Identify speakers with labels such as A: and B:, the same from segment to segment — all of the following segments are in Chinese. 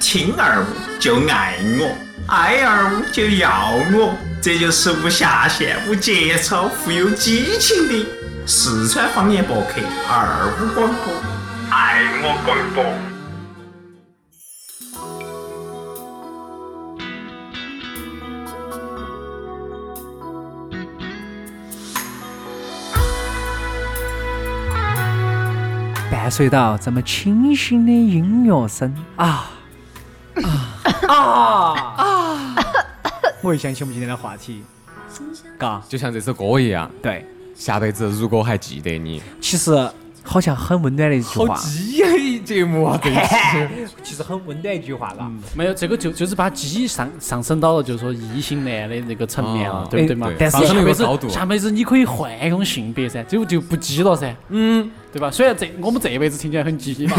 A: 听二五就爱我，爱二五就要我，这就是无下限、无节操、富有激情的四川方言博客二五广播，爱我广播。
B: 伴随到这么清新的音乐声啊啊啊啊！我又想起我们今天的话题，嘎，
C: 就像这首歌一样，
B: 对，
C: 下辈子如果还记得你，
B: 其实好像很温暖的一句话，
C: 鸡呀！节目啊，真是。
B: 其实很温暖一句话，嘎。
D: 没有这个就就是把鸡上上升到了就是说异性恋的那个层面了
C: 哦，
D: 对不对嘛
C: 对？
B: 但是
D: 下
C: 上升了
D: 辈
C: 一个高
D: 子
C: 度
D: 下辈子你可以换一种性别噻，这个就不鸡了噻，嗯，对吧？虽然这我们这辈子听起来很鸡嘛，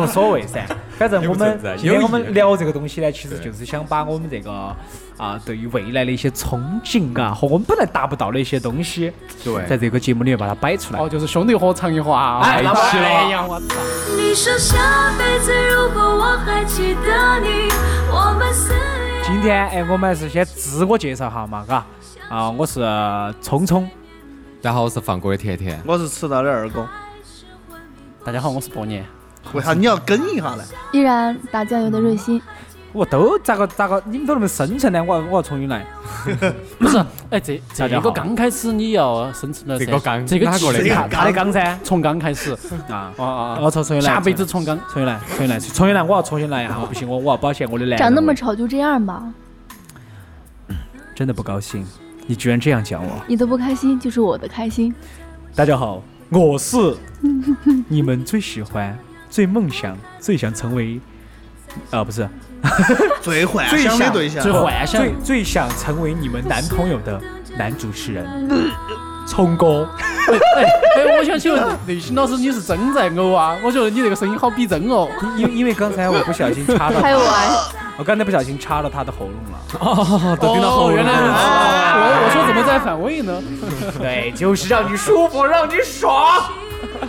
B: 无所谓 噻，反正我们
C: 有正在
B: 今天
C: 有
B: 我
C: 意
B: 们
C: 义
B: 聊这个东西呢，其实就是想把我们这个啊对于未来的一些憧憬啊，和我们本来达不到的一些东西，
C: 对
B: 在这个节目里面把它摆出来
D: 哦，。就是兄弟伙唱一话，
B: 哎那
D: 一
B: 不
D: 起
B: 是
D: 了，
B: 了
D: 哎呀，我操！
E: 你说下辈子如果我还记得你，我们死也
B: 今天哎，我们还是先自我介绍哈嘛，嘎。啊，我是聪聪，
C: 然后是放歌的甜甜，
F: 我是迟到的二 哥，
D: 大家好，我是伯年，
F: 为啥你要跟一下呢？
G: 依然打酱油的瑞鑫，
B: 我都咋个咋个，你们都那么深沉呢？我要我要重新来。
D: 不是，哎，这这
B: 大家好
D: 个刚开始你要生成了噻
C: 这个刚
D: 这个
C: 哪个
D: 鸡
C: 的
D: 呀
C: 刚
B: 他的刚噻，
D: 从刚开始，
B: 啊，
D: 啊啊
B: 我，重重新来，
D: 下辈子从刚，
B: 重新来，重新来，重新来，我要重新来一啊下，我不行，我我要保险哎我的男。
G: 长那么，丑就这样吧，
B: 真的不高兴，你居然这样讲我。
G: 你的不开心就是我的开心。
B: 大家好，我 是你们最喜欢、最梦想、最想成为，啊、不是
F: 最幻想的对象
D: 最，幻想
B: 最最想成为你们男朋友的男主持人，聪哥。
D: 哎，哎，我想请问内心老师，你是真在偶啊？我觉得你这个声音好逼真哦。
B: 因因因为刚才我不小心插 到，
G: 还有我。
B: 我刚才不小心插到他的喉咙了。
D: 哦，原来如此。哦我我说怎么在反胃 呢？
B: 对，就是让你舒服，让你爽。
C: 对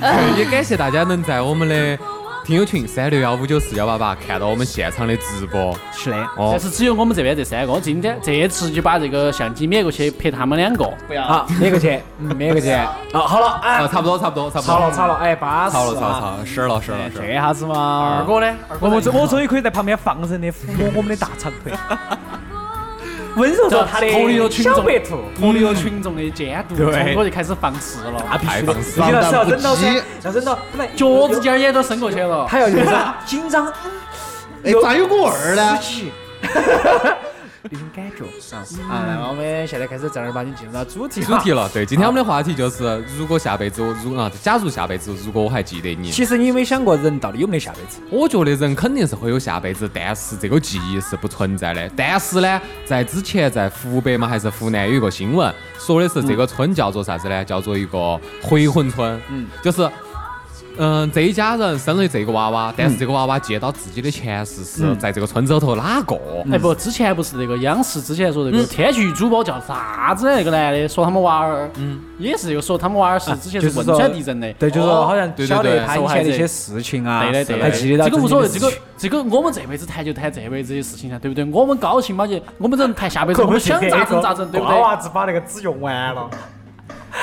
C: 呃也感谢大家能在我们的听友群三六幺五九四幺八八看到我们现场的直播。
B: 是的，
C: 哦
D: 但，是只有我们这边这三个，今天这一次就把这个相机免过去拍他们两个。
B: 好，哪个去？嗯，哪个去？ 啊，好了，哎，
C: 啊，差不多，差不多，差不
B: 吵了
C: 多，
B: 吵了，哎，巴适
C: 超了，超了，
B: 了。
C: 超了，十了，十了，
B: 哎
C: 十
B: 这
C: 了。
B: 下子嘛，
D: 二哥呢？二
B: 我
D: 哥
B: 们
D: 这
B: 终我终于可以在旁边放任的抚摸我们的大长 腿，温柔着他的
D: 脱离了群众
B: 小白兔，
D: 脱离了群众的监督，
B: 对
D: 聪哥就开始放肆了，
C: 太棒
B: 你
C: 了！
B: 看是要扔到
F: 不羁
B: 噻，要扔到本来
D: 啊脚趾尖儿也都伸过去了。
B: 他要就是紧张
F: 哎，咋有个二呢？
B: 那种感 觉啊。来，我们现在开始正儿八经进入到主题
C: 主
B: 哈
C: 题了，对，今天我们的话题就是，如果下辈子我如啊，假如下辈子如果我还记得你，
B: 其实你有没有想过，人到底有没有下辈子？
C: 我觉得人肯定是会有下辈子，但是这个记忆是不存在的。但是呢，在之前在湖北嘛还是湖南有一个新闻，说的是这个村叫做啥子呢？叫做一个回魂村。嗯，就是。嗯，这一家人生了这个娃娃，但是这个娃娃接到自己的前世是在这个村子头哪个？
D: 哎不，之前不是那个央视之前说那个天气主播叫啥子那个男的，说他们娃儿，嗯，也是有说他们娃儿是之前
B: 就是是
D: 汶
B: 说
D: 川地震的，
B: 对，就是说好像
C: 对对
B: 晓得
C: 对
B: 他以前的一些事情
C: 哎
B: 啊，
D: 对的，对的，
B: 还记得到
D: 这个
B: 自
D: 无
B: 己
D: 所谓，
B: 的
D: 这个
B: 事情
D: 这个我们这辈子谈就谈这辈子的事情噻，对不对？我们高兴嘛就，我们人谈下 辈子，我们想咋整咋整，对不对？
B: 子把那个纸用完了，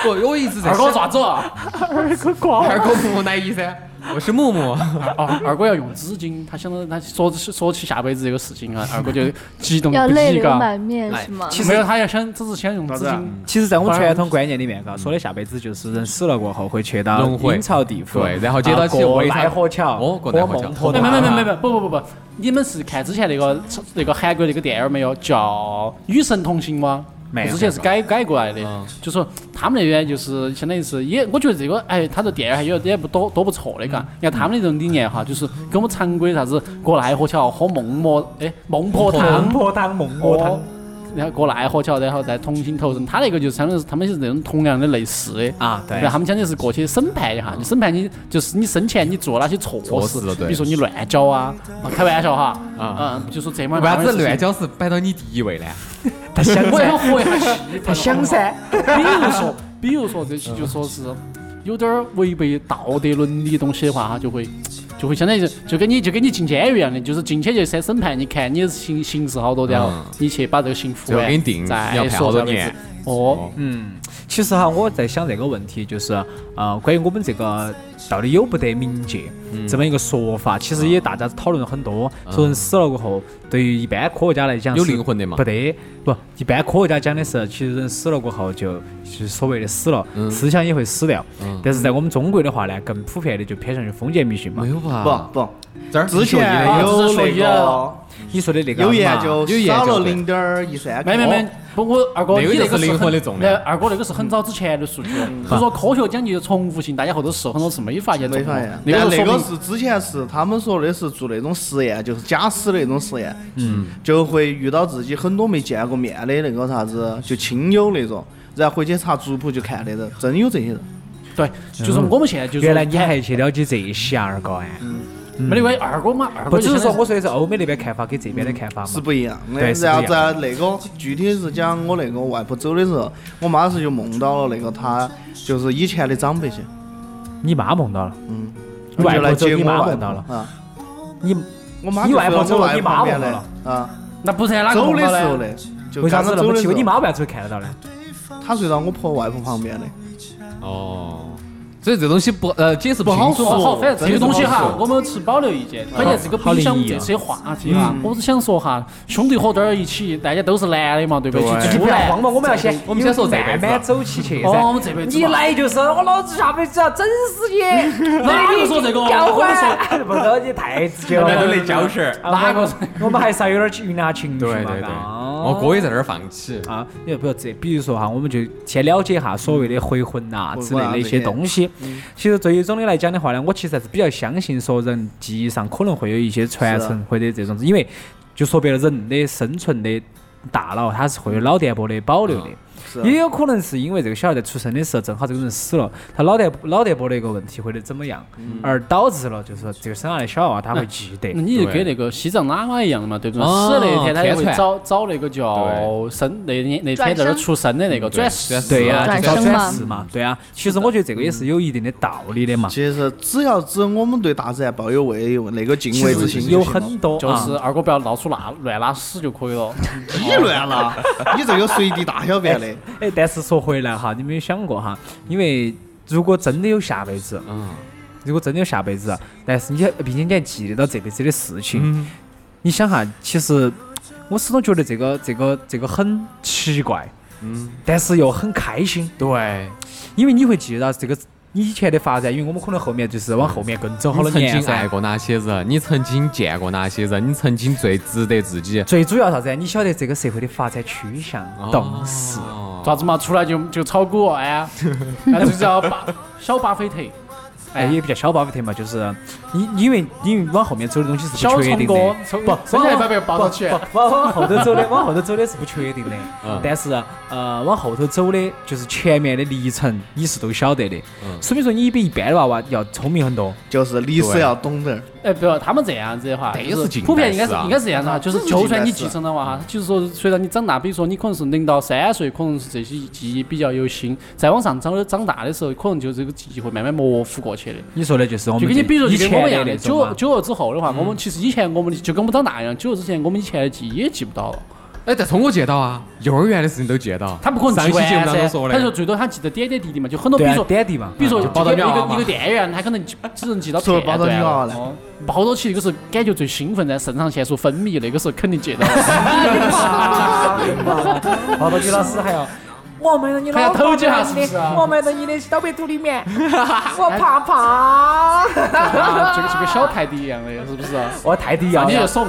C: 我我一直在
D: 二
C: 想
D: 哥爪子啊！
C: 二狗木乃伊噻，我是木木。
D: 哦，二哥要用纸巾，他想到他说说起下辈子这个事情啊，二哥就激动
G: 要
D: 不
G: 泪
D: 已，
G: 流
D: 嘎。
G: 满面是吗？
D: 没有，他要想，只是想用纸
F: 咋
D: 巾
F: 子。
B: 其实，在我们传统观念里面，嘎，说的下辈子就是人死了过后会去到
C: 轮回
B: 阴曹地府，
C: 对然后接到
B: 啊
C: 起
B: 过
C: 围场
B: 奈何桥，
C: 哦
B: 过
C: 过奈何桥
B: 孟婆
D: 没
B: 汤
D: 没没没没，不不不不，你们是看之前那个那个韩国那个电影没有，叫《与神同行》吗？
B: 没有
D: 之前是改改过来的
C: 嗯，
D: 就说他们那边就是相当于是也，我觉得这个哎，他这电影还有点不多多不错的，
B: 嗯
D: 嘎。你看他们那种理念哈，就是跟我们常规啥子过奈何桥喝孟婆哎孟婆
B: 孟
D: 汤，
B: 婆汤、孟婆汤
D: 哦然后过奈何桥，然后再同心投人，他那个就是相当于是他们是那种同样的类似的
B: 啊，对
D: 然后，他们讲的是过去审判一下，你审判你就是你生前你做了哪些错
C: 错
D: 事
C: 事，
D: 比
C: 对
D: 如说你乱交啊，啊开玩笑哈，
C: 啊
D: 嗯，就说这么
C: 为啥子乱？交是摆到你第一位呢？
B: 他想
D: 我也
B: 噻，
D: 想活一下气氛
B: 他想。噻，
D: 比如说，比如说这些就说是有点儿违背道德伦理的东西的话，哈，就会就会相当于就就跟你就跟你进监狱一样的，就是进去就先审判，你看你刑刑事好多，然后
C: 嗯
D: 你去把这个刑服
C: 就
D: 完，
C: 给你定
D: 再
C: 要判
D: 说
C: 好多
D: 这个
C: 年
D: 位置。哦，
B: 嗯，其实哈，我在想这个问题，就是呃，关于我们这个到底有不得冥界这么一个说法，其实也大家讨论了很多。说人死了过后，对于一般科学家来讲
C: 有
B: 是
C: 灵魂的嘛
B: 不得，不，一般科学家讲的是，其实人死了过后就就是所谓的死了，
C: 嗯
B: 思想也会死掉。但是在我们中国的话呢，更普遍的就偏向于封建迷信嘛
C: 没。有吧？
F: 不不，
C: 这儿
F: 之前
D: 啊
F: 有
D: 只是说
F: 那
D: 一个
F: 个
B: 你说的那个
F: 有研
B: 嘛
F: 究
C: 有研
F: 少
C: 究
F: 了
C: 对
F: 零点一三，哦
D: 没没
B: 哦
D: 没，不，我二哥，
C: 那个
D: 你
C: 就
D: 那
C: 是
D: 个
C: 灵
D: 很
C: 魂的重量
D: 没二哥那个是很早之前的数据了，
B: 嗯
D: 就是说科学讲究重复性，大家后头试了很多次没发现
F: 没
D: 重复
F: 发现。，
D: 那
F: 但
D: 个
F: 那
D: 说
F: 个
D: 明
F: 是之前是他们说的是做那种实验，就是假死的那种实验，嗯，就会遇到自己很多没见过面的那个啥子，就亲友那种，然后回去查族谱就看那个，真有这些人。
D: 对，就是我们现在就
B: 嗯
D: 是哎
B: 原来你
F: 哎
B: 还去了解这些二哥哎？
F: 嗯
D: 没得关系，二哥嘛，二
B: 不
D: 哥
B: 只
D: 就是相当
B: 说
D: 于
B: 我说的是欧美那边看法跟这
C: 嗯
B: 边的看法嘛？
F: 是不一样的。
B: 对是不一
F: 然
B: 样
F: 后在那个具体是讲我那个外婆走的时候，我妈是就梦到了那个她就是以前的长辈些，
B: 你妈梦到了，
F: 嗯，
B: 你外
F: 就
B: 婆
F: 来
B: 走，
F: 接
B: 你
F: 我
B: 妈
F: 外
B: 梦
F: 婆
B: 到了，
F: 啊。
B: 你
F: 我妈
B: 你外婆
F: 就是
B: 走
F: 我
B: 了
F: 外
B: 你
F: 婆
B: 妈
F: 旁边
B: 梦
F: 的
B: 到
F: 啊，
D: 那不是哪个
F: 走
D: 梦
F: 的
D: 到
F: 时候
D: 呢？
F: 的，就
B: 为啥
F: 刚
B: 子
F: 刚
B: 那
F: 走
B: 么
F: 的
B: 奇
F: 时
B: 怪？
F: 候
B: 你，妈为啥子会看得到呢？
F: 她睡到我婆外婆旁边的，
C: 哦，所以这东西不呃解释不
F: 不好
C: 清楚
F: 说
D: 好，反正这个东西
F: 真
D: 哈
F: 的，
D: 我们持保留意见。关键这个不影响我们
B: 啊
D: 这次的话题哈。
F: 嗯
D: 我只想说哈，兄弟伙在一起，大家都是男的嘛，对不对？
F: 哎
B: 你
D: 去租
B: 不要
D: 来
B: 慌。嘛，我们要先
C: 我们先哎说这辈子
B: 慢慢走起去噻。
D: 哦，我们这边
B: 你来就是我老子下辈子要整死你！
D: 哪个说这个
B: 交
D: 我
B: 换哎
D: 们说，
B: 不是你太直 接了。
D: 那
C: 都
D: 都
C: 得
D: 得
C: 交
D: 交
C: 涉。
B: 啊
D: 哪个
B: 我 们我们还是要有点云南情绪
C: 对
B: 嘛。
C: 对对，
B: 啊
D: 哦
C: 我哥也在那儿放起。
B: 啊，也不要这，比如说哈，我们就先了解一下所谓的回魂呐、之类的一些东西。其实对于总的来讲的话呢，我其实还是比较相信说人记忆上可能会有一些传承或者这种，因为就说白了，人的生存的大脑它是会有脑电波的保留的。
F: 是
B: 也有可能是因为这个小孩在出生的时候，正好这个人死了，他脑电脑电波的一个问题或者怎么样，而导致了就是说这个生下来小娃娃他会记得。
G: 嗯
D: 那你就
C: 对
D: 跟那个西藏喇嘛一样的嘛，对不对？
C: 哦
D: 死那天他也会
C: 天传
D: 找找那个叫生那天那天在那儿出生的那个转世啊
B: 嗯
C: 转。
B: 对呀、
G: 转
B: 就叫
G: 生
B: 转
G: 嘛
B: 世嘛，对啊。其实我觉得这个也是有一定的道理的嘛。
F: 其实只要只我们对大自然抱有畏有那个敬畏之心就行
B: 有
F: 了，
B: 很多
D: 就
B: 啊
D: 是二哥不要到处拉乱拉屎就可以了。
F: 你乱了，
B: 啊
F: 你这个随地大小便 的，
B: 哎，但是说回来哈，你没有想过哈，因为如果真的有下辈子，
C: 嗯，
B: 如果真的有下辈子，但是你还并且你还记得到这辈子的事情，
C: 嗯
B: 你想哈，其实我始终觉得这个这个这个很奇怪，嗯，但是又很开心，
C: 对，
B: 因为你会记得到这个以前的发展，因为我们可能后面就是往后面跟走好
C: 你
B: 多
C: 曾
B: 年
C: 经爱
B: 噻。
C: 过哪些人？你曾经见过哪些人？你曾经最值得自己
B: 最主要啥子？你晓得这个社会的发展趋向、动势，
C: 哦
D: 咋子嘛？出来就就炒股 哎，那就叫巴小巴菲特，
B: 哎，也比较小巴菲特嘛，就是因因为因为往后面走的东西是
D: 小
B: 不确
D: 聪
B: 定
D: 哥
B: 的，，
D: 从
B: 不，
D: 生下来把别人抱到起
B: 不。不往往后头走的，往后头走的是不确定的
C: 嗯，
B: 但是呃，往后头走的，就是前面的历程你是都晓得的，说明说你比一般的娃娃要聪明很多。
F: 就是历史
C: 对
F: 要懂点儿。
D: 哎，不要，他们这样子的话，
C: 这也
D: 就是是
C: 近
D: 普遍
C: 代
D: 应该
C: 史
D: 是
C: 啊
D: 应该是这样子哈，就是
F: 这是
D: 就
F: 近代
D: 算你
F: 史
D: 继承的话哈，就是说随着你长大，比如说你可能是零到三岁，可能是这些记忆比较有新，再往上长长大的时候，可能就这个记忆会慢慢模糊过去的。
B: 你说的就是我
D: 就
B: 们
D: 跟你比如说，
B: 以
D: 就跟
B: 前
D: 我们一
B: 的
D: 样
B: 那
D: 的，
B: 种
D: 九
B: 嘛，
D: 九二之后的话，我们其实以前我们的就跟我们长大一样，九二之前我们以前的记忆也记不到了。
C: 哎，在中国见到啊，幼儿园的事情都见到。
D: 他不可能
C: 上一
D: 记
C: 期节目
D: 完
C: 当中
D: 噻，
C: 说
D: 他说
C: 的，
D: 最多他记得点点滴滴嘛，就很多，比
B: 对
D: 如
B: 啊
D: 说，
B: 点滴嘛，
D: 比如说
C: 就
D: 就
C: 包到
D: 一个
C: 鸟娃
D: 一
C: 嘛
D: 个一个店员，他可能就只能记到
F: 除了包到
D: 片段
F: 鸟娃嘞
D: 哦包到起那个时候感觉最兴奋噻，肾上腺素分泌那个时候肯定记到，
B: 包到你老师还要。我买了你
D: 还要
B: 老
D: 偷几下是不是啊？
B: 买了你的小白兔里 面，我怕怕。
D: 啊就跟就跟小泰迪一样的，是不是啊？
B: 我泰迪
D: 那
B: 要
D: 你就
B: 要，
D: 怂，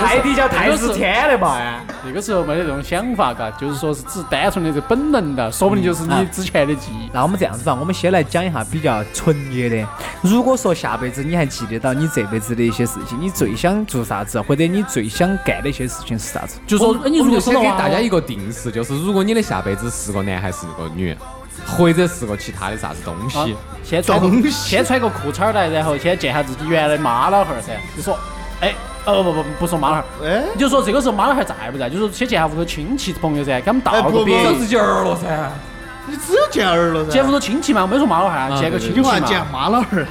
B: 泰迪叫泰之天的嘛，哎
D: 那个时候没得这种想法，嘎，就是说是只是单纯的这本能的，说不定就是
C: 嗯
D: 你之前的记忆。
B: 那我们这样子吧，我们先来讲一下比较纯洁的。如果说下辈子你还记得到你这辈子的一些事情，你最想做啥子，或者你最想干的一些事情是啥子？
D: 就说，哎你
C: 我
D: 如果
C: 们
D: 生
C: 先
D: 了
C: 给
D: 娃
C: 大家
D: 娃
C: 一个定式，就是如果你的下辈子是个男还是个女，或者是个其他的啥子东
D: 啊
C: 西，
D: 先穿个
F: 东西
D: 先穿个裤衩儿来，然后先见下自己原来妈老汉儿噻。就说，哎，哦不不不不说妈老汉儿，
F: 哎，
D: 你就说这个时候妈老汉儿在不在？就说先见下屋头亲戚朋友�道噻，给他们道
F: 哎
D: 个
F: 不
D: 别。
F: 不
C: 自己儿了噻。
F: 你只有见儿了噻。
D: 姐夫都亲戚嘛，我没说妈老汉啊，
C: 啊
D: 见个
C: 对
D: 亲
C: 对
D: 戚
F: 你
D: 嘛
F: 还，见妈老汉儿？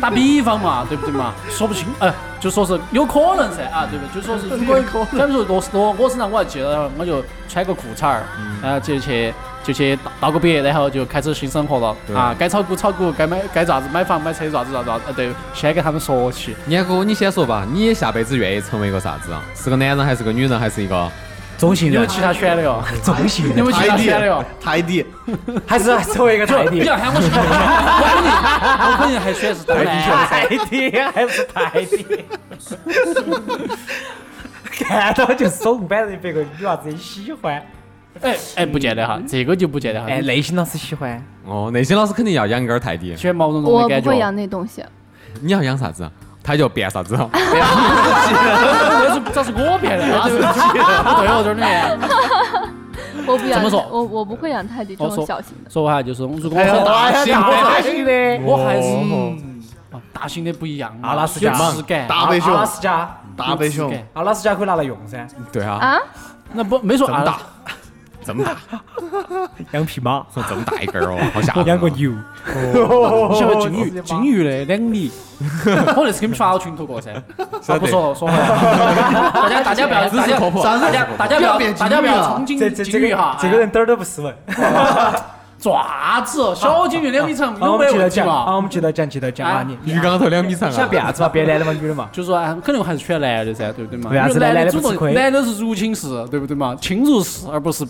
D: 打比方嘛，对不对嘛？说不清，哎、就说是有可能噻，啊，对不对？就说是如果假如说落落我身上，我还记得，我就穿个裤衩儿，然后就去就去道个别，然后就开始新生活了啊，该炒股炒股，该买该咋子买房买车咋子咋子，呃，对，先跟他们说起。
C: 年哥，你先说吧，你下辈子愿意成为一个啥子啊？是个男人还是个女人，还是一个？
B: 中性
D: 你有
B: 人，
D: 其他选的哟，
B: 中性
D: 你
B: 人
D: 有，其他选的 哟。
F: 泰迪，
B: 还是作为一 个泰
D: 你
B: 迪，
D: 要喊我选，我肯定我肯定还选是 当男。
B: 泰迪还是泰迪，看到就怂，反正别个女娃子也喜欢，
D: 哎哎，不见得哈，
G: 嗯
D: 这个就不见得哈。
B: 哎，内心老师喜欢，
C: 哦，内心老师肯定要养根儿泰迪，
D: 选毛茸茸
G: 我
D: 的感
G: 不
D: 觉。哦
G: 会养那东西，
C: 你要养啥子啊？他就变啥子啊？
D: 这是这是我变的，对不对我这儿里面。
G: 我不养，
D: 怎么说
G: 我我不会养泰迪这
D: 我说
G: 种小型的。
D: 说哈，就是如
B: 哎
D: 果我很大型
B: 大
D: 的，
B: 型的，
D: 我还是
C: 哦
D: 啊大型的不一样嘛，
B: 阿拉斯加
D: 有质感，
F: 大
B: 阿
F: 白熊
B: 拉斯加，
F: 大
D: 有
F: 白
D: 质
F: 熊，
D: 感。
B: 阿拉斯加可以拿来用噻，
C: 对啊，
G: 啊，
D: 那不没说阿拉
C: 大这么大，
B: 养匹马，
C: 这么大一根儿哦，好吓人啊。
B: 养个牛，哦
D: 你晓得金鱼金鱼的两 米，我那次给你们发到群头过噻。啊，不说了， 说回来，大家大家不要，
C: 知识
D: 大家
C: 科普
D: 大家大家不
F: 不要
D: 要，
F: 变
D: 大家不
F: 金鱼
D: 要
F: 了
D: 憧
B: 啊这
D: 憬
B: 这
D: 金
B: 这
D: 鱼哈
B: 个，这个人点儿都不斯文。
D: 爪子，哦小金鱼两米长，
B: 好，
D: 有
B: 我
D: 没
B: 们接着
D: 问题
B: 讲，好，
D: 嘛？
B: 我们接着讲，接着讲
D: 啊
B: 啊，你
C: 鱼缸头两米长啊！
B: 想变啥子嘛？变男的嘛，女的嘛？
D: 就说哎，肯定还是选男的噻，对不对嘛？
B: 为啥子
D: 因
B: 呢
D: 男
B: 男的
D: 主
B: 不吃
D: 动，
B: 亏
D: 男的是如亲式，对不对嘛？亲如是，而不是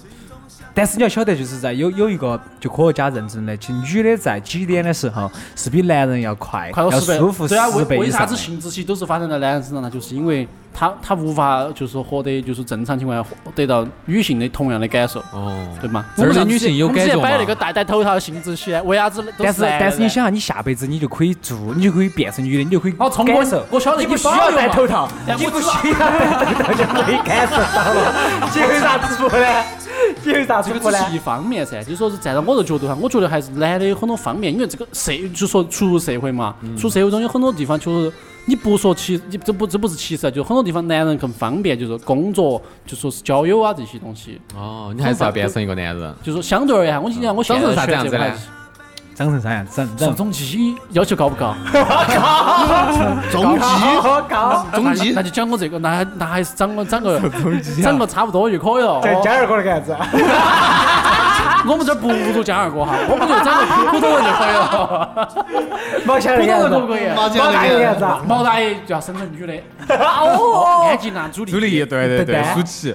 B: 但是你要晓得，就是在有有一个就科学家认证的，其实女的在几点的时候是比男人要快，
D: 快到
B: 要
D: 十倍。
B: 舒服
D: 对啊，为
B: 十倍
D: 为
B: 以
D: 啥
B: 上
D: 子。性窒息都是发生在男人身上呢？就是因为他他无法就是说获得就是正常情况下获得到女性的同样的感受，
C: 哦，
D: 对吗？
C: 这儿的
D: 我们
C: 女性有
D: 我们之前
C: 感觉吗
D: 摆那个戴戴头套的性窒息，为啥子都
B: 但是
D: 男的
B: 但是你
D: 呢。
B: 想啊，你下辈子你就可以做，你就可以变成女的，你就可以
D: 哦通过
B: 感受。
D: 我晓得
B: 你
D: 你
B: 不需
D: 包
B: 要
D: 邮
B: 戴
D: 嘛
B: 头套，
D: 但
B: 你
D: 我
B: 不
D: 知道
B: 需要戴头套就可以感受到 了。你有啥子不呢？你有啥子
D: 这个
B: 不
D: 只
B: 呢？
D: 是一方面噻，就是说是站在我的角度上，我觉得还是男的有很多方面，因为这个社就说出入社会嘛，
C: 嗯
D: 出社会中有很多地方就是你不说歧，你这不这不是歧视啊，就很多地方男人更方便，就是工作，就说是交友啊这些东西，
C: 哦，你还是要变成一个男人。
D: 就说相对而言，我今天我现在
C: 当时是嗯啥
D: 选择
C: 子样子呢
D: 还是
B: 长成啥样？长
D: 宋
B: 长
D: 仲基要求高 不高？
F: 中基，
D: 哦
B: 好高，
F: 中基
D: 那，就讲我这个，那那还是长个长个
C: 啊
D: 长个差不多就可以了。
B: 再
D: 哦
B: 加二个那个样子。
D: 我们这儿不如江二哥哈，我们就长个普通人就可 以了。
B: 毛钱那
D: 普
B: 个样子
D: 通人可不，可以？
F: 麻
B: 毛大
F: 将那
B: 那
F: 个
B: 个样子
F: 样
B: 啊
F: 子，。
D: 毛大爷就要生成女的， 哦，安吉娜朱莉，
C: 朱丽，对对对
B: 对，
C: 舒淇，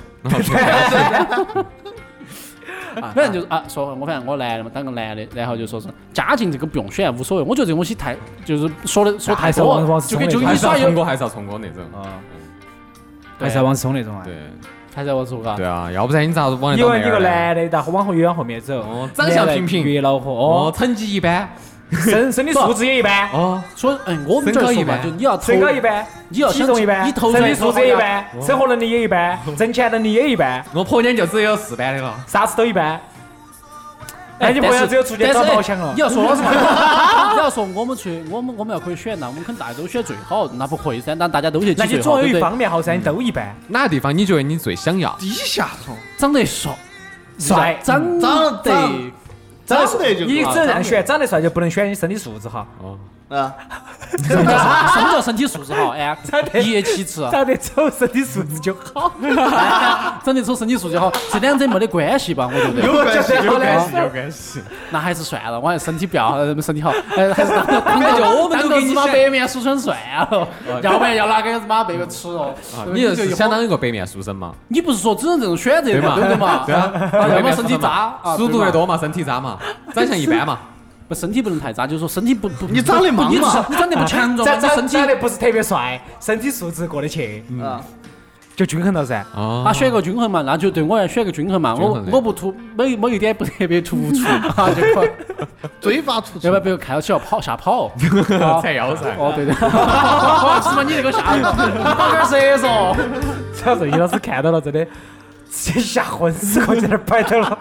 D: 反正就是啊，说我反正我男的嘛，当个男的，然后就说是家境这个不用选，无所谓。我觉得这个东西太就是说的说太
B: 还是
D: 多
B: 往
D: 了，
B: 往是
D: 就跟就
B: 冲的
D: 跟
C: 还
D: 你
C: 是要
D: 耍游
C: 冲，哥，还是要冲哥那种。
B: 还是要往松那种啊。
C: 对
D: 还在我说嘎
C: 对，啊，要不然你咋往
B: 以
C: 那
B: 为
C: 当
B: 你个
C: 男儿呢？
B: 男的，然后往后越往后面走
C: 哦，长相平平
B: 男的越恼火，
C: 哦，
B: 哦，
C: 成绩一般。
B: 身身体素质也一般，
C: 哦，
D: 所以嗯，我们这儿说嘛，就你要投
B: 身高一般，
D: 你要
B: 体
D: 想
B: 重一般，
D: 你投
B: 身体
D: 人
B: 素质也一般，生活能力也一般，挣钱能力也一般，
C: 我婆娘就只有四班的了。
B: 啥子都一般。
D: 哎
B: 那你不要只有出去找宝箱
D: 但是哎
B: 了
D: 你。要说老实话，你要说我们去，我们我们要可以选，那我们肯定大家都选最好，那不会噻，那大家都去
B: 那
D: 挤
B: 你
D: 最
B: 总
D: 好，
B: 有
D: 对不
B: 一
D: 对？
B: 方面好噻，你都一般。
C: 哪个地方你觉得你最想要？
F: 低下头，
D: 长得帅，
B: 帅嗯
D: 长
F: 长
D: 得
F: 长长得就
B: 你只
F: 够
B: 能
F: 了
B: 让选长得帅，就不能选你身体素质好。
F: 啊，
D: 什么叫什么叫身体素质好？哎
B: 长，得
D: 一夜七次，啊
B: 长得丑，身体素质就好。
D: 长得丑，身体素质好，这两者没得关系吧？我觉得，
F: 有关系，有关系。
C: 有关系。
D: 那还是算了，我还是身体不要，呃 身体好，呃，还是当个当个
C: 就我们都
D: 当个
C: 给你
D: 芝麻
C: 选
D: 白面书生 算了，要啊不然要拿个芝麻白个吃哦。
C: 啊你
D: 就
C: 就
D: 一
C: 是
D: 会儿
C: 相当于一个白面书生嘛，
D: 你不是说只能这种选择
C: 对
D: 嘛，
C: 嘛？
D: 对不对嘛？
C: 对啊，就
D: 啊要
C: 白
D: 么
C: 面
D: 身体
C: 书生
D: 渣
C: 嘛，
D: 啊，
C: 熟
D: 对
C: 度
D: 嘛
C: 越，多嘛，身体渣嘛，长相一般嘛。
D: 不身体不能太渣，就是说身体不不，
F: 你长得
D: 不
F: 忙
D: 你至
F: 嘛
D: 少你长得不强壮
B: 长
D: 嘛，你
B: 长
D: 身体
B: 长得不是特别帅，身体素质过得去，嗯
F: 啊，
B: 就均衡了噻。
C: 哦
D: 啊，选个均衡嘛，那就对我来选个均衡嘛，
C: 均
D: 我
C: 衡的
D: 我不突某一某一点不特别突出， 啊，就 可
F: 追发突出
D: 要不，然别个看到起要跑吓跑。
C: 才要噻。
D: 哦， 对的，是吗？你那个吓人，打点 蛇嗦。
B: 只要是于老师看到了，真的直接吓昏死过去在那儿摆着了。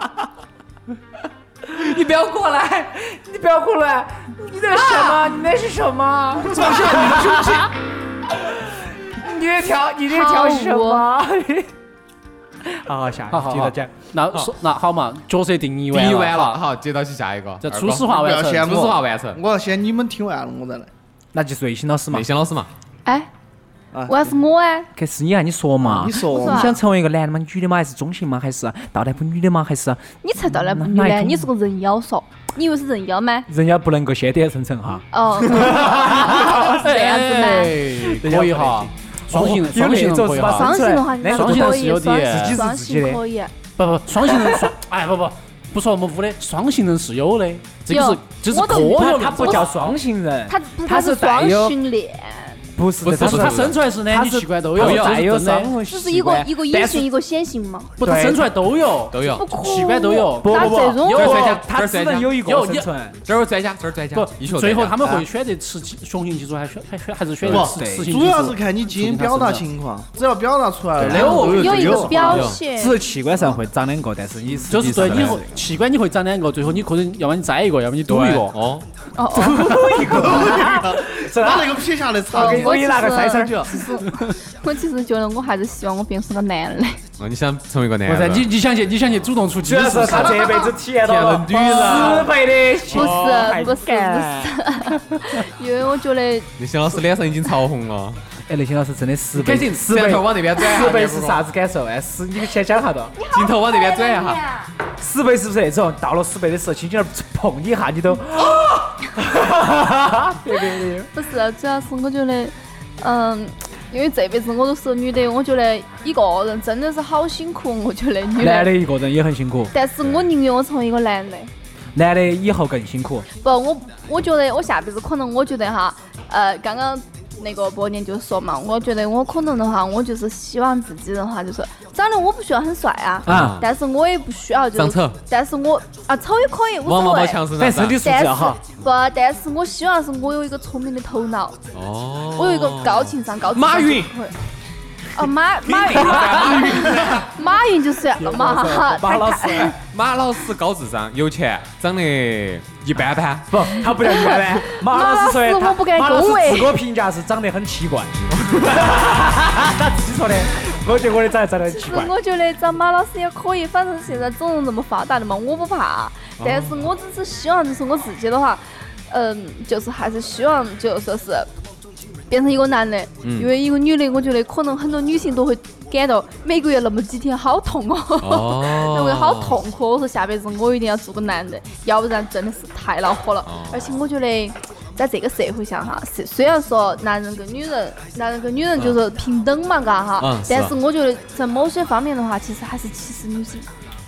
B: 你不要过来！你不要过来！你那是什么？你那是什么？放下 你的胸肌！你这条，你这条是什么？好好吓，
D: 好好
B: 接
D: 好
B: 着讲。
D: 那说那好嘛，角色定义完
C: 定义完了，
D: 哈
C: 好，接到起下一个。
D: 这
C: 二
D: 初
C: 哥
D: 始化
F: 不
D: 完
F: 要
D: 成
F: 嫌，
C: 初始化完成
F: 我要先你们听完了我再来。
B: 那就是瑞鑫老师嘛
C: 内。心老师嘛，
G: 哎
F: 啊，
G: 我还是我哎，
B: 可是你啊，你说嘛，
F: 你说
G: 我
B: 你
G: 说
B: 想成为一个男的吗？女的吗？还是中性吗？还是倒带不女的吗？还是
G: 你才到那不女
B: 那一
G: 的，
B: 种
G: 你是个人妖说，你以为是人妖吗？
B: 人家不能够先点成成哈？
G: 哦， 是这样子吗？
D: 子哎可以哈，双性
C: 哦
B: 有
D: 双
B: 那
D: 性人
B: 种
D: 可以
B: 是吧
D: 哈，
G: 双性的话，你
B: 哎
G: 那
D: 双性
G: 可
D: 是
G: 以
D: 有，
G: 双
D: 点
G: 性双
B: 自己是自己的
G: 性可以，
D: 不不，双性人双，哎不不，不说我们屋的，双性人是有的，这个是
G: 有
D: 这是
G: 我
D: 科
G: 懂
D: 学
G: 我
B: 他
D: 论
B: 不
D: 证。
B: 叫双性人，
G: 他不是
B: 他
G: 他
B: 是
G: 是
B: 带
G: 双
B: 有
G: 性恋，
B: 不是
C: 不
B: 的，
C: 是
B: 他
D: 不是他生出来是男
B: 他
D: 女
B: 是
D: 器官都
B: 他
D: 有，
B: 是
D: 这
B: 带
D: 是
B: 有
D: 真
B: 生
D: 的。
B: 物
G: 这
B: 习
G: 是一个
B: 惯
G: 一个
B: 但
G: 阴
B: 是
G: 性一个显性嘛，
D: 不，他生出来都有，
C: 都有
G: 不。可
D: 器官都有
B: 不
G: 咋
B: 不
G: 这
B: 不，
G: 种
C: 这儿
D: 有
C: 再
D: 有
C: 加，
D: 有
C: 这
B: 他
C: 儿
B: 只
C: 再
B: 能
C: 加，
B: 哦有一个哎
D: 有
B: 生
D: 有
B: 存。
C: 这儿再加，这儿再加，一球
D: 不，
C: 再
D: 最后
C: 加
D: 他们
B: 啊
D: 会选择雌激雄性激素，还选还还还是选择
F: 不
D: 雌雌性激素？
F: 主要是看你基因表达情况，只要表达出来了，
D: 对啊
F: 都
G: 有一
F: 有
G: 个 表
C: 有
G: 现
B: 只。是器官上会长两个，但是你实
D: 就是
B: 际
D: 对
B: 上
D: 你
B: 呢
D: 会器官你会长两个，最后你可能要么你摘一个，要么你
C: 对
D: 堵一个。
C: 哦，
G: 哦哦，
B: 是
F: 把
B: 吧？
F: 那个撇下来插
G: 哦
F: 给你
G: 我
B: 给你拿个塞塞儿
G: 其实其实我其实觉得我还是希望我变成个男的。
C: 哦你想成为一个男
D: 不是
C: 人？
D: 你你想去你想去主动出击
B: 主要
D: 是
B: 是
D: 不是
B: 他？这辈子体验到了
C: 体验了女人
B: 十倍的幸
G: 不
B: 福
G: 是
B: 快
G: 不是不
B: 感
G: 是， 因为我觉得
C: 内心老师脸上已经潮红了，
B: 哎，雷鑫老师真的十倍
C: 赶，紧
B: 十
C: 镜
B: 倍
C: 头，往那边转一下，
B: 十倍
C: 你
B: 是
C: 不
B: 啥子感受？哎，十，你先讲下到。
C: 镜头往那边转一下，
B: 十倍是不是那种到了十倍的时候，轻轻儿碰你一下，你都
G: 不是，啊主要是我觉得，嗯，因为这辈子我都是个女的，我觉得一个人真的是好辛苦，我觉得女
B: 男的
G: 的。
B: 一个人也很辛苦，
G: 但是我宁愿我成为一个男的，
B: 男的以后更辛苦。
G: 不，我我觉得我下辈子可能，我觉得哈，呃，刚刚那个伯年就说嘛，我觉得我可能的话，我就是希望自己的话就是长得我不需要很帅啊，
B: 啊
G: 但是我也不需要就
C: 长
G: 是
C: 丑，
G: 但是我啊丑也可以无
C: 往
G: 所
C: 毛毛
G: 谓，
C: 强身
B: 但
C: 上
B: 身
C: 长
B: 体。素
G: 但
B: 质
G: 是
B: 要好，
G: 不，但是我希望是我有一个聪明的头脑，
C: 哦，
G: 我有一个高情商、高智商
C: 马云
G: 就可以。哦，马 马云，马云就是了 嘛，哈
B: 马老师，
C: 马老师高智商，有钱，长得一般般。
B: 不，他不叫一般 般。马老师说的，
G: 马老师
B: 他
G: 我不敢
B: 马老
G: 恭
B: 师
G: 维
B: 自我评价是长得很奇怪，他自己说的。我觉得我的长得长得很奇
G: 是
B: 怪，
G: 我觉得找马老师也可以，反正现在整容这么发达的嘛，我不怕。
B: 哦
G: 但是我只是希望，就是我自己的话，嗯，就是还是希望就说是变成一个男的，
B: 嗯
G: 因为一个女的，我觉得可能很多女性都会感到每个月那么几天好痛哦。那
C: 哦
G: 我好。痛苦，我说下辈子我一定要做个男的，要不然真的是太恼火了。
B: 哦
G: 而且我觉得，在这个社会上哈，虽虽然说男人跟女人，男人跟女人就是平等嘛，嘎哈，
C: 嗯是啊
G: 但是我觉得在某些方面的话，其实还是歧视女性。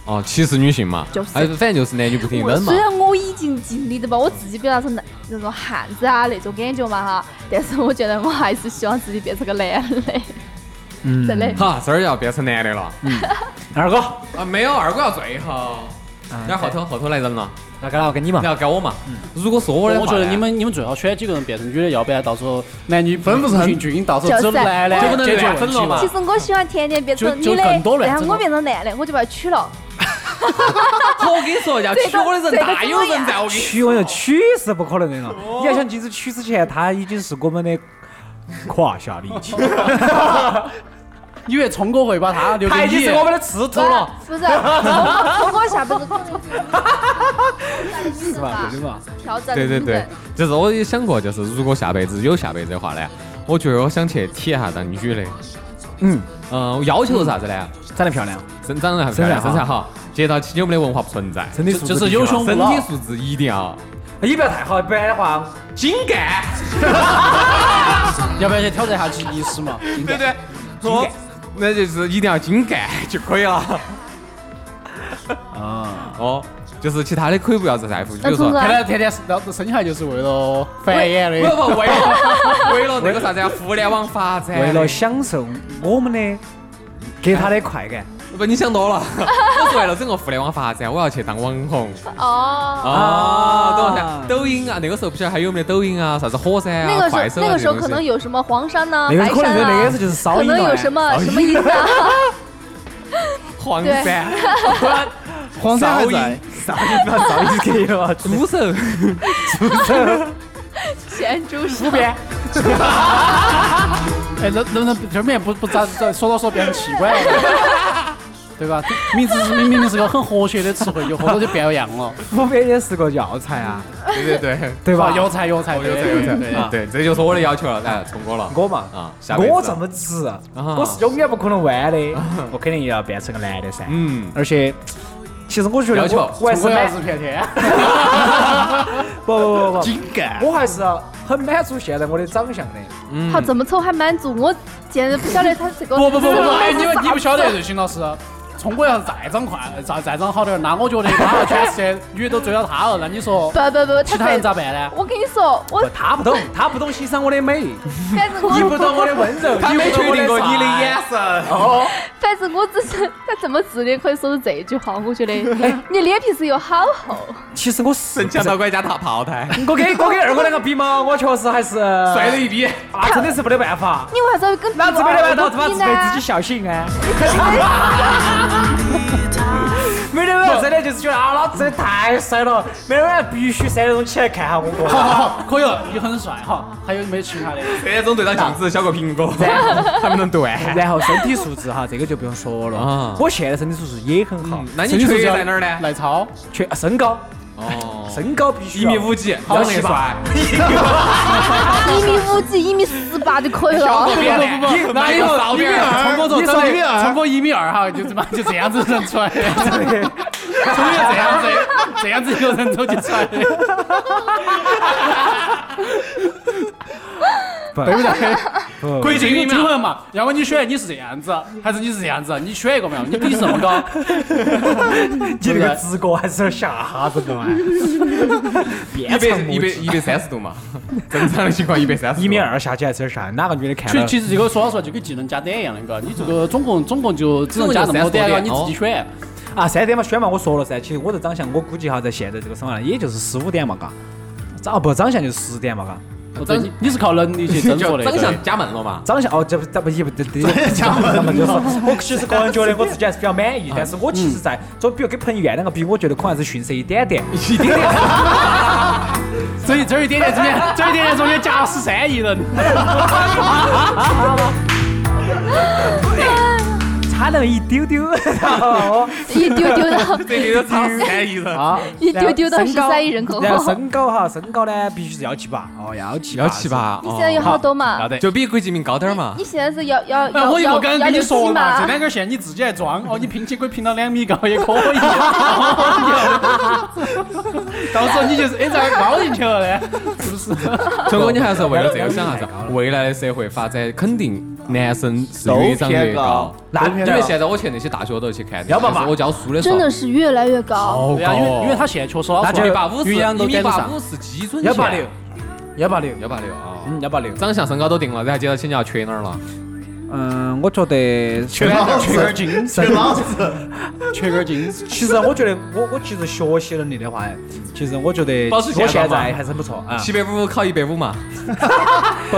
C: 哦，歧视女性嘛，
G: 就是
C: 哎，反正就是男女不平
G: 我
C: 等嘛
G: 虽。然我已经尽力的把我自己表达成男那种汉子啊那种感觉嘛哈，但是我觉得我还是希望自己变成个男的，
C: 嗯
G: 真的。
C: 好，这儿要变成男的了。
B: 二哥，
C: 啊，没有，二哥要最后。然后后头后头来人了，
B: 那刚好跟你嘛
C: 你，要该我嘛？如果嗯说我的话
D: 我
C: 呢，
D: 觉得你们你们最好选几个人变成女的，要不然到时候男女
F: 分不成
D: 平均，到时候只有
G: 就是
D: 男的
G: 就
C: 不能
D: 解决
C: 乱
D: 问
C: 分
D: 题
C: 了嘛
G: 其实我喜欢甜甜变成
D: 就
G: 女
D: 就更多
G: 的，
D: 人
G: 然后
D: 真的
G: 我变成男的，我就把他娶了。
C: 好，我跟你说，要
G: 这个
C: 啊娶我的人
G: 这个
C: 大有人在，我跟你
B: 娶我就娶是不可能的了。你要想进入娶之前，他已经是我们的胯下力 气，
D: 以为聪哥会把他留给
B: 哎他已经
D: 你
B: 是？我们的刺头
G: 不是
B: 了。
G: 不是，我我下辈子可能就是吧，
D: 对吧？
G: 挑战
C: 对对对，就是我也想过，就是如果下辈子有下辈子的话呢，我觉得我想去体验下当女的。
B: 嗯，
C: 嗯，我要求是啥子呢？
B: 长得漂亮，
C: 身长得还漂亮，
B: 身材好
C: 身材好，接到起我们的文化不存在，
B: 身体素质
D: 就是
B: 必须要
D: 有胸
C: 身
D: 无脑
C: 体素质一定要
B: 你不要太好，不然的话，
C: 精干，
D: 要不然去挑战一下吉尼斯嘛？应
C: 对
D: 该
C: 不对？我那就是一定要精干就可以了。 啊，哦，就是其他的可以不要在乎，比如
G: 那
C: 说
G: 聪哥
D: 看来天天是老子生下来就是为了繁衍
C: 不
D: 的，
C: 不为了为了那个啥子啊，互联网发展，
B: 为了享受我们的给他的快感
C: 不，你想多了，我是为了整个互联网发展，我要去当网红。
G: 哦。
B: 啊
C: 哦，懂了噻。抖音啊，那个时候不晓得还有没得抖音啊，啥子火山
G: 那
C: 啊、
G: 个
C: 快
G: 时
C: 手啊
G: 候，那个
C: 这
G: 时候
C: 东
G: 可能
C: 西
G: 有什么黄山呐、
B: 那个
G: 白
B: 可能
G: 山
B: 就那
G: 啊
B: 个时，候就是烧
G: 可
B: 音了
G: 能有什么什么音啊？
C: 黄
G: 对
C: 山、
F: 黄山还
C: 噪
F: 在
C: 音，、
B: 啥一把啥一给了，
C: 猪手，
G: 咸猪手边
D: 哎，能能不能这边不不咋说到说变成器官了？对对吧？名字是明明明是个很和谐的词汇，就后头就变样了，
B: 无非也是个药材啊，
C: 对对对，
B: 对吧？
D: 药材药材
C: 有才有
D: 对啊
C: 才，对，这就是我的要求了，来，聪哥了，
B: 我嘛，
C: 啊，下辈子啊
B: 我这么直，我是永远不可能弯的，我肯定也要变成个男的噻。
C: 嗯，
B: 而且，其实我觉得
C: 要求
B: 我我还是
D: 中国
B: 蛮
D: 钥 匙骗天，
B: 不不不
F: 井盖
B: 不，我还是很满足现在我的长相的。
G: 他这么丑还满足我，简直不晓得他这个
D: 不不不不不，哎，
G: 是
D: 你
G: 啥
D: 们你不
G: 子
D: 晓得，瑞鑫老师，聪哥要是再长快，再再长好点儿，那我觉得他要全世界女的都追到他了，那你说
G: 不不不，
D: 其他人
G: 最
D: 咋办呢？
G: 我跟你说，我
B: 不，他不懂，他不懂欣赏我的美，
G: 反正
B: 你不
G: 我
B: 懂我的温 柔，
C: 他
B: 你
C: 没
B: 不懂
C: 确
B: 我
C: 定过你的
B: 善
D: 啊
C: 眼神，
G: 反正我只是他这么直的可以说出这一句话，我觉得哎你脸皮是有好厚，
B: 其实我是
C: 真想到管家打 炮台，
B: 我跟我跟二哥两个比嘛，我确实还是
C: 帅的一逼，
B: 啊，真的是没得办法。
G: 你为啥子要跟
B: 老子没得办法，老子把
G: 比
B: 自被自己
G: 呢？
B: 笑醒啊！没得办法，真的就是觉得啊，老子真的太帅了，每天晚上必须三点钟起来看下我哥。
D: 好好好，可以了，你很帅哈。还有没有其他的？
C: 这种对着镜子削个苹 果，还不能断。
B: 然后身体素质哈，这个就不用说了
C: 啊。
B: 我现在身体素质也很好，
C: 那你缺在哪儿呢？
D: 赖超，
B: 却身高，
C: 哦，
B: 身高必须
C: 一米五几，好
B: 要气吧
C: 帅，
G: 一米五几，一米四八就可以了。
D: 不不不不，那以后一米二，聪哥说
B: 你说一米
D: 长
B: 二
D: 得，聪哥一米二哈，就他 妈就这样子认出来的，聪哥这样子，这样子就认出就出来的。
B: 不
D: 对不对？
C: 规
D: 这
C: 矩
D: 个
C: 一
D: 均
C: 秒。
D: 衡嘛，要么你选你是这样子，还是你是这样子？你选一个没有？你比什么高？
B: 你那个直觉还是有吓子的嘛？
C: 一
B: 变
C: 百
B: 成
C: 一百一百三十度嘛， 正常的情况一百三十。
B: 一米，二下去还是有吓，哪个女的看
D: 其
B: 到
D: 实？其实这个说老实话就跟技能加点一样的，嘎，你这个总共总共就只能加那么多点，嘎，你自己选。
B: 啊，三点嘛，选嘛，我说了噻。其实我这长相，我估计哈，在现在这个生活上，也就是十五点嘛，嘎。长哦不，长相就是十点嘛，嘎。
D: 哦对，你你是靠能力去征 服
C: 就
D: 的。
C: 长
D: 对
C: 相加闷了嘛。
B: 长相哦，这不这不也不这这讲嘛，就是我其实个人觉得我自己还是比较满意，但是我其实在就比如跟彭于晏两个比，我觉得可能还是逊色一点点。
C: 一点点，
D: 这一这一点点中间，这一点点中间夹十三亿人。
B: 差那么一丢丢，然后
G: 一丢丢到
C: 这个差三亿人。
B: 啊，
G: 一丢丢到
B: 然后身高
G: 十三亿人口
B: 然后身高哈，身高呢必须是幺七八哦，幺七
C: 幺七，八，
G: 你现在有好多嘛
D: 要？得。
C: 就比鬼精明高点儿嘛
G: 你。现在是要要
D: 哎，
G: 要
D: 我又
G: 要
D: 不敢
G: 要
D: 跟你
G: 六
D: 说
G: 七
D: 了嘛，这
G: 嘛？
D: 两个线你自己来装哦，你平起可以平到两米高也可以，到时候你就是哎咋个高进去了呢？是不是？
C: 聪哥，你还是为了这个想啥子？未来的社会发展肯定男生是
F: 都
C: 越长
F: 偏
C: 越
F: 高
C: 高。，
B: 那
F: 都偏
C: 因为
F: 高
C: 现在我去那些大学都去看，
B: 要不
C: 就是
B: 嘛
C: 我教书的时候，
G: 真的是越来越哦高，
C: 好
D: 对啊，因为因为他现在确实老
B: 那
D: 说
B: 就
C: 一八五是
B: 于洋都
C: 一米
B: 赶得
C: 八
B: 上
C: 五是基准
B: 幺
C: 线
B: 八六，幺八六，
C: 幺八六啊。
B: 嗯，幺八六。
C: 长相身高都定了，然后接着请你要缺哪儿了？
B: 嗯，我觉得
F: 缺老
D: 缺根
F: 子，
D: 筋，
F: 缺老子。
D: 缺根筋。
B: 其实我觉得我我其实学习能力的话，其实我觉得
C: 保持
B: 我
C: 健康
B: 现
C: 嘛
B: 在还是很不错啊。
C: 七百五考一百五嘛？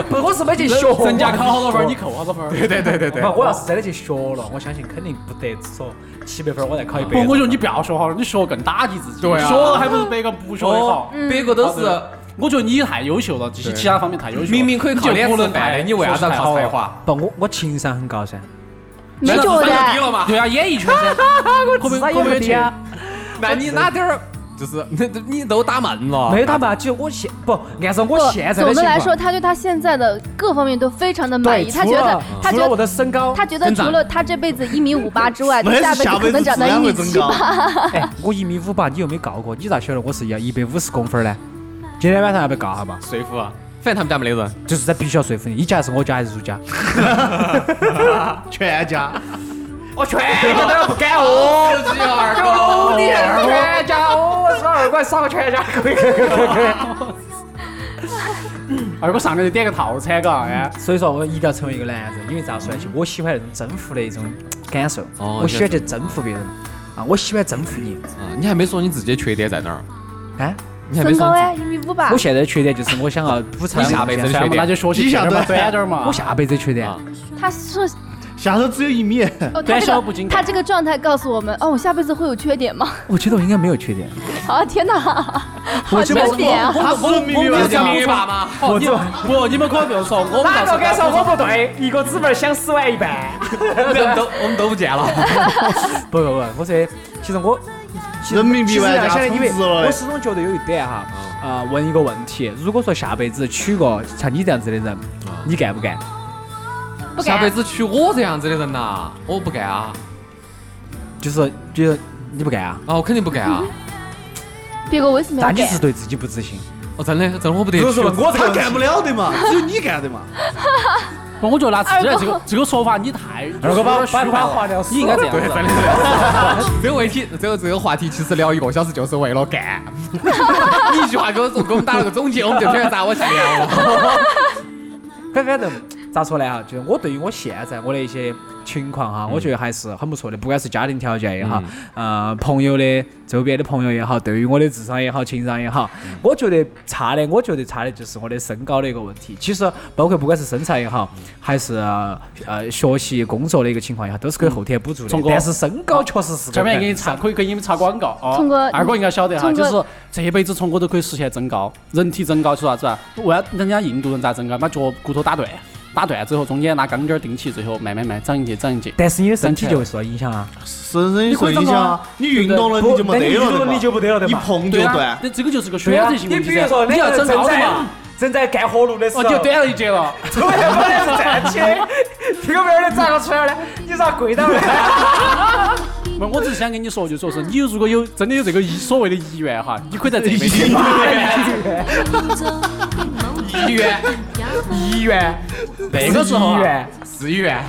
B: 不，我是没去学，
D: 人家考好多分儿，你扣好多分儿。
C: 对对对对对
B: 不，我要是真的去学了，我相信肯定不得说七百分，我再考一百。
D: 不，我觉得你不要学好了，你学更打击自己。
C: 对啊
D: 学了还不如别个不学的好。
C: 哦别个都是
D: 我觉得你太优秀了，这些
C: 对
D: 其他方面太优秀了。
C: 明明可以靠脸吃
D: 能
C: 饭的，你为啥子要靠才华？
B: 不，我我情商很高噻。
G: 你觉
C: 那就低
G: 得？
C: 了嘛？
D: 对啊，演艺圈噻，可不可以可不可以去？
C: 那你哪点儿就是 你你都打闷了？啊
B: 没他嘛，就我现不按照我
G: 啊不
B: 现在
G: 总
B: 的
G: 的
B: 情
G: 来
B: 况，
G: 说，他对他现在的各方面都非常的满
B: 对，
G: 意，他
B: 除
G: 觉得
B: 了
G: 他
B: 除
G: 觉
B: 了我
G: 得
B: 的身高，
G: 他觉得
C: 增
G: 除
C: 长
G: 了他这辈子一米五八之外，
F: 我
G: 他
F: 也
G: 下
F: 是
G: 辈
F: 下
G: 子
F: 辈
G: 可
F: 子
G: 能长
F: 自
G: 到一
F: 然
G: 米
F: 会增
G: 七
F: 高
G: 八。。
B: 哎，我一米五八，你又没告过，你咋晓得我是要一百五十公分呢？今天晚上要不要告下嘛？
C: 说服啊，反正他们家没得人。
B: 就是在必须要说服你，你家是我家还是如家？
F: 全家，
D: 哦
B: 我全家都不敢哦，
C: 二
B: 狗你全家哦，是二瓜少个全家，可以可以可以可以。
D: 二哥上来就点个套餐，嘎，哎，
B: 所以说，我一定要成为一个男人，因为咋说呢？就我喜欢那种征服的一种感受，
C: 哦
B: 我喜欢去征服别人啊，我喜欢征服你。
G: 哦
C: 嗯你还没说你自己的缺点在哪儿？
B: 哎，
C: 你还没
G: 身高
C: 说
G: 哎，一米五八
B: 我，现在的缺点就是我想要补偿
C: 你下辈子的
B: 我
C: 缺
D: 那
C: 点
D: 就学习
B: 啊
F: 一下
D: 点儿嘛，
F: 对
D: 短点儿嘛。
B: 我下辈子的缺点
C: 啊
G: 他说
F: 下头只有一米，
G: 哦，他
D: 短
G: 这
D: 小
G: 个
D: 不精
G: 他
D: 干
G: 这个状态告诉我们，哦，我下辈子会有缺点吗？
B: 我觉得我应该没有缺点。
G: 啊，天哪，好
B: 觉得我
G: 缺点啊！
F: 他是米米
D: 我
F: 吧
D: 这样
C: 明白吗？
D: 哦，你们不，你们可不用说，我们
H: 哪
D: 到
H: 个
D: 时
H: 敢
D: 候
H: 说我不对？一个姊妹想死完一半。
C: 我们都我们都不见 了。
B: 不不不，我说，其实我其实
F: 人民币
B: 其实
F: 玩
B: 要
F: 家
B: 想的，因为
F: 充值了
B: 我始终觉得有一点哈，
C: 嗯
B: 啊，问一个问题，如果说下辈子娶个像你这样子的人，
C: 嗯
B: 你干不干？
G: 不
C: 下
G: 敢
C: 辈子娶我这样子的人呐，我不干啊！
B: 就是就是你不干啊？
C: 啊，我肯定不干啊！
G: 别个为什么要
B: 那你
G: 改？
B: 是对自己不自信。
C: 我哦真的真的我不得
B: 不
C: 娶
B: 是
C: 我。
B: 我这
F: 他
B: 个
F: 干不了的嘛，只有你干的嘛。
D: 不，我觉得拿自己的
G: 二狗
D: 这个这个说法，你太
B: 二狗把
D: 有点虚
B: 把
D: 幻
B: 把
D: 了
B: 话聊死
D: 你应该这样
C: 对，
D: 子
C: 真的。真的。 这个问题，这个这个话题，其实聊一个小时就是为了干。 你一句话给我给我们打了个总结，我们就晓得咋我去聊了。
B: 反反正咋说呢哈，就是我对于我现在我的一些情况
D: 嗯
B: 哈，我觉得还是很不错的，不管是家庭条件也好，呃，朋友的周边的朋友也好，对于我的智商也好、情商也好，
D: 嗯
B: 我觉得差的，我觉得差的就是我的身高的一个问题。其实包括不管是身材也好，
D: 嗯
B: 还是呃学习、工作的一个情况也好，都
D: 嗯
B: 是可以后天补足的
D: 聪。哥
B: 但是身高确实是个
D: 这边给你
B: 门
D: 插，可以给你们插广告哦。
G: 聪哥
D: 二哥应该晓得哈，
G: 聪
D: 就
G: 哥
D: 是这辈子聪哥都可以实现增高，人体增高是啥子啊？为人家印度人咋增高？把脚骨头打断，打断之后中间拿钢筋儿钉起，最后慢慢慢长一截长一截。
B: 但是你的身体就会受到影响啊。
F: 深深受影
D: 你会长
F: 响
D: 吗，
F: 你运动了
B: 不
F: 你就没
B: 但
F: 得
B: 你运
F: 了的
B: 动
F: 嘛，
B: 了你就没得了的
F: 一
B: 嘛
F: 碰就
D: 对啊
F: 断，。
D: 那这个就是个选
B: 对啊
D: 择，性
B: 你
D: 问
B: 比
D: 题
B: 如说
D: 噻。你要增
B: 正
D: 高的
B: 在
D: 嘛，
B: 正在干活路的时候，
D: 哦，你就 短了一截了。
H: 突然不能是站起，这个妹儿的咋个出来呢？你咋跪到了？
D: 不，我只是想跟你说，就说是你如果有真的有这个意所谓的意愿哈，你可以在这辈子。
C: 一 元，一元，
D: 那个时候啊
C: 四元，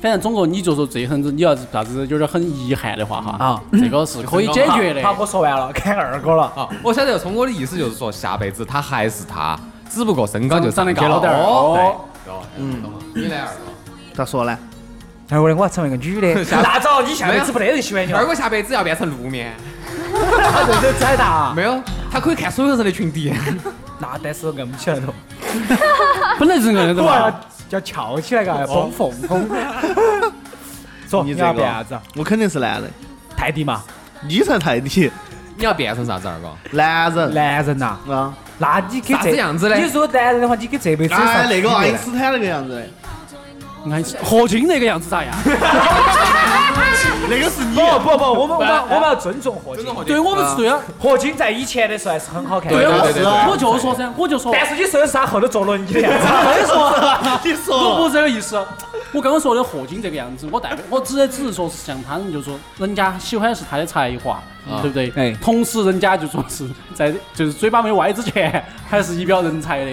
D: 反正中国，你就说这样子，你要是啥子有点很遗憾的话哈，
B: 啊
D: 这个是可以解决的。
B: 好，我说完了，该二哥了。
C: 啊，我晓得聪哥的意思就是说，下辈子他还是他，只不过身高就
D: 长得
C: 上去了
D: 高点儿
C: 哦
D: 哦，
C: 对，嗯，你来二哥，
F: 咋说呢？
B: 然后我的我要成为一个女的，
H: 那早你下辈子不得人喜欢你
C: 二
H: 了。
C: 哥下辈子要变成路面，
B: 这这太大。
C: 没有，他可以看所有人的裙底。
B: 那但是硬不起来头，
D: 本来是硬的
B: 我
D: 嘛。
B: 要要翘起来嘎，要崩缝孔。说
F: 你
B: 你
F: 这
B: 要
F: 个
B: 变啥子？
F: 我肯定是男人，
B: 泰迪嘛，
F: 你才泰迪，
C: 你要变成啥子二哥？
F: 男人
B: 男人呐，
F: 啊，
B: 那你给
C: 啥子
B: 这
C: 样子嘞
B: 你如果男人的话，你给这辈子有啥
F: 哎，
B: 区
F: 那个
B: 别
F: 爱因斯坦那个样子的，
D: 看何炅那个样子咋样？
F: 那个是你，
B: 不不不，我们我们要我们要尊重霍金。
C: 嗯
D: 对我们是对啊，
B: 霍金在以前的时候还是很好看
C: 对
B: 的，
C: 对
D: 我
C: 对对对
D: 啊我就说噻，我就说，
B: 但是你说的是他后头坐轮椅的样子。
F: 你
D: 我不
F: 说
D: 是这个意思。我刚刚说的霍金这个样子，我代表我只是只是说是像他们就说，人家喜欢的是他的才华，对不对？
B: 哎
D: 同时人家就说是在就是嘴巴没歪之前，还是一表人才的。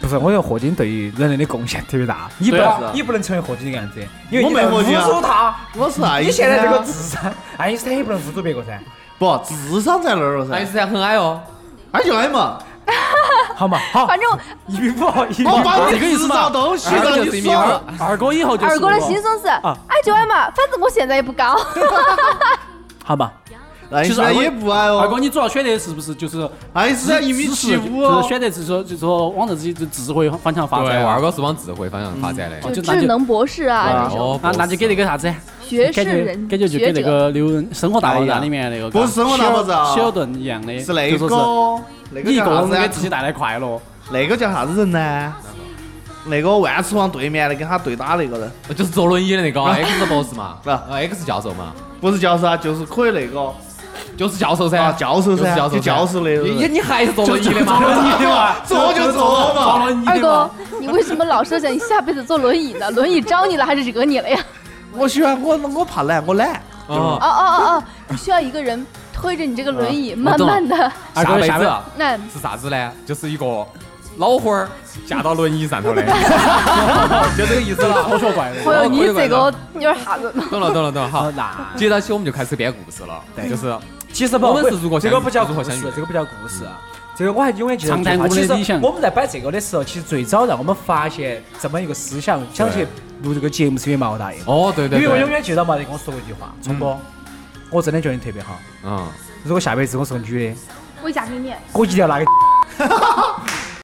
B: 不是，我觉得霍金对于人类的贡献特别大。你不
D: 对啊
B: 能你不能成为霍金这个样子，因为
F: 我
B: 你
F: 没
B: 能
F: 霍金啊
B: 侮辱他。
F: 我是爱
B: 你
F: 因斯
B: 现在
F: 坦
B: 这个
F: 啊，
B: 智商，爱因斯坦也不能侮辱别个噻，
F: 不智商在那儿了
C: 爱因
F: 噻，
C: 斯坦很矮哦，
F: 哎就矮嘛，
B: 好嘛？好，
G: 反正
B: 一米五，一米
F: 我把
B: 五。
F: 你智商都学
C: 二
F: 到
C: 哥就
F: 你
C: 是一米二
F: 说，。
D: 二哥以后就是
G: 二哥的
D: 我
G: 心声是，爱就爱嘛，反正我现在也不 高。
D: 哦
B: 好嘛，
F: 爱因
D: 其
F: 斯
D: 实二
F: 坦
D: 哥
F: 也不矮
D: 二
F: 哦，
D: 哥，你主要选择是不是就是
F: 爱因斯坦一米七五
D: 就
F: 哦
D: 是，选择是说就是说往这己就智慧方向发
C: 对，
D: 展。
C: 二哥是往智慧方向发展的。
D: 哦
G: 就
D: 就那
G: 智
D: 就
G: 能博士啊，这种
C: 哦，
D: 那那就给那
C: 个
D: 个啥子？
G: 学
D: 感
G: 士
D: 觉
G: 人
D: 感觉就
G: 学
D: 跟那
G: 者，
D: 个《刘人生活大爆炸》里面那个
F: 不是生活大爆炸
D: 希尔顿一样的，
F: 是那
D: 就说
F: 个，那
D: 是
F: 个
D: 你一个
F: 叫
D: 人给
F: 啥
D: 自
F: 子
D: 己
F: 啊？
D: 带来快乐。
F: 那个叫啥子人呢？那个万磁王对面的跟他对打那个人，
C: 就是坐轮椅的那 个哎 X 博士嘛，
F: 啊
C: 呃 X 教授嘛，
F: 不是教授啊，就是可以那个
C: 就是教授噻，
F: 啊，教授
C: 就是
F: 噻，
C: 教
F: 就
C: 授
F: 教
C: 噻。
F: 授那个
C: 你
F: 人，
C: 你还是坐轮椅的嘛？
D: 你的嘛，
F: 坐就坐嘛。
G: 二哥，你为什么老设想你下辈子坐轮椅呢？轮椅招你了还是惹你了呀？
F: 我喜欢我我怕懒，我懒。
C: 哦
G: 哦，哦哦哦，你需要一个人推着你这个轮
D: 啊
G: 椅，慢慢的，
D: 二
C: 下辈
D: 哥下辈
C: 子
D: 子
C: 啊
G: 那
C: 是啥子呢？就是一个老花儿架到轮椅上头的， 就这个意思了。
D: 好学怪的。
G: 我有你
C: 我也怪
G: 这个有点吓人。
C: 懂了，懂了，懂了。好，
B: 那
C: 接到起我们就开始编故事了，就是
B: 其实不，
C: 我们是如果
B: 这个
C: 相遇
B: 不叫
C: 如果
B: 故
C: 相
B: 事
C: 遇，
B: 这个不叫故事啊。这个我还永远记得一
D: 长
B: 句
D: 谈
B: 话。
D: 我们的
B: 其实
D: 理想
B: 我们在摆这个的时候，其实最早让我们发现这么一个思想，想去录这个节目是因为毛大爷，
C: 哦，对对嗯
B: 因为我永
C: 对，
B: 远记得毛大爷跟我说过一句话：聪哥，我真的觉得你特别好。
C: 嗯，
B: 如果下辈子我是个女的，
G: 我嫁给你，
B: 我一定要拿个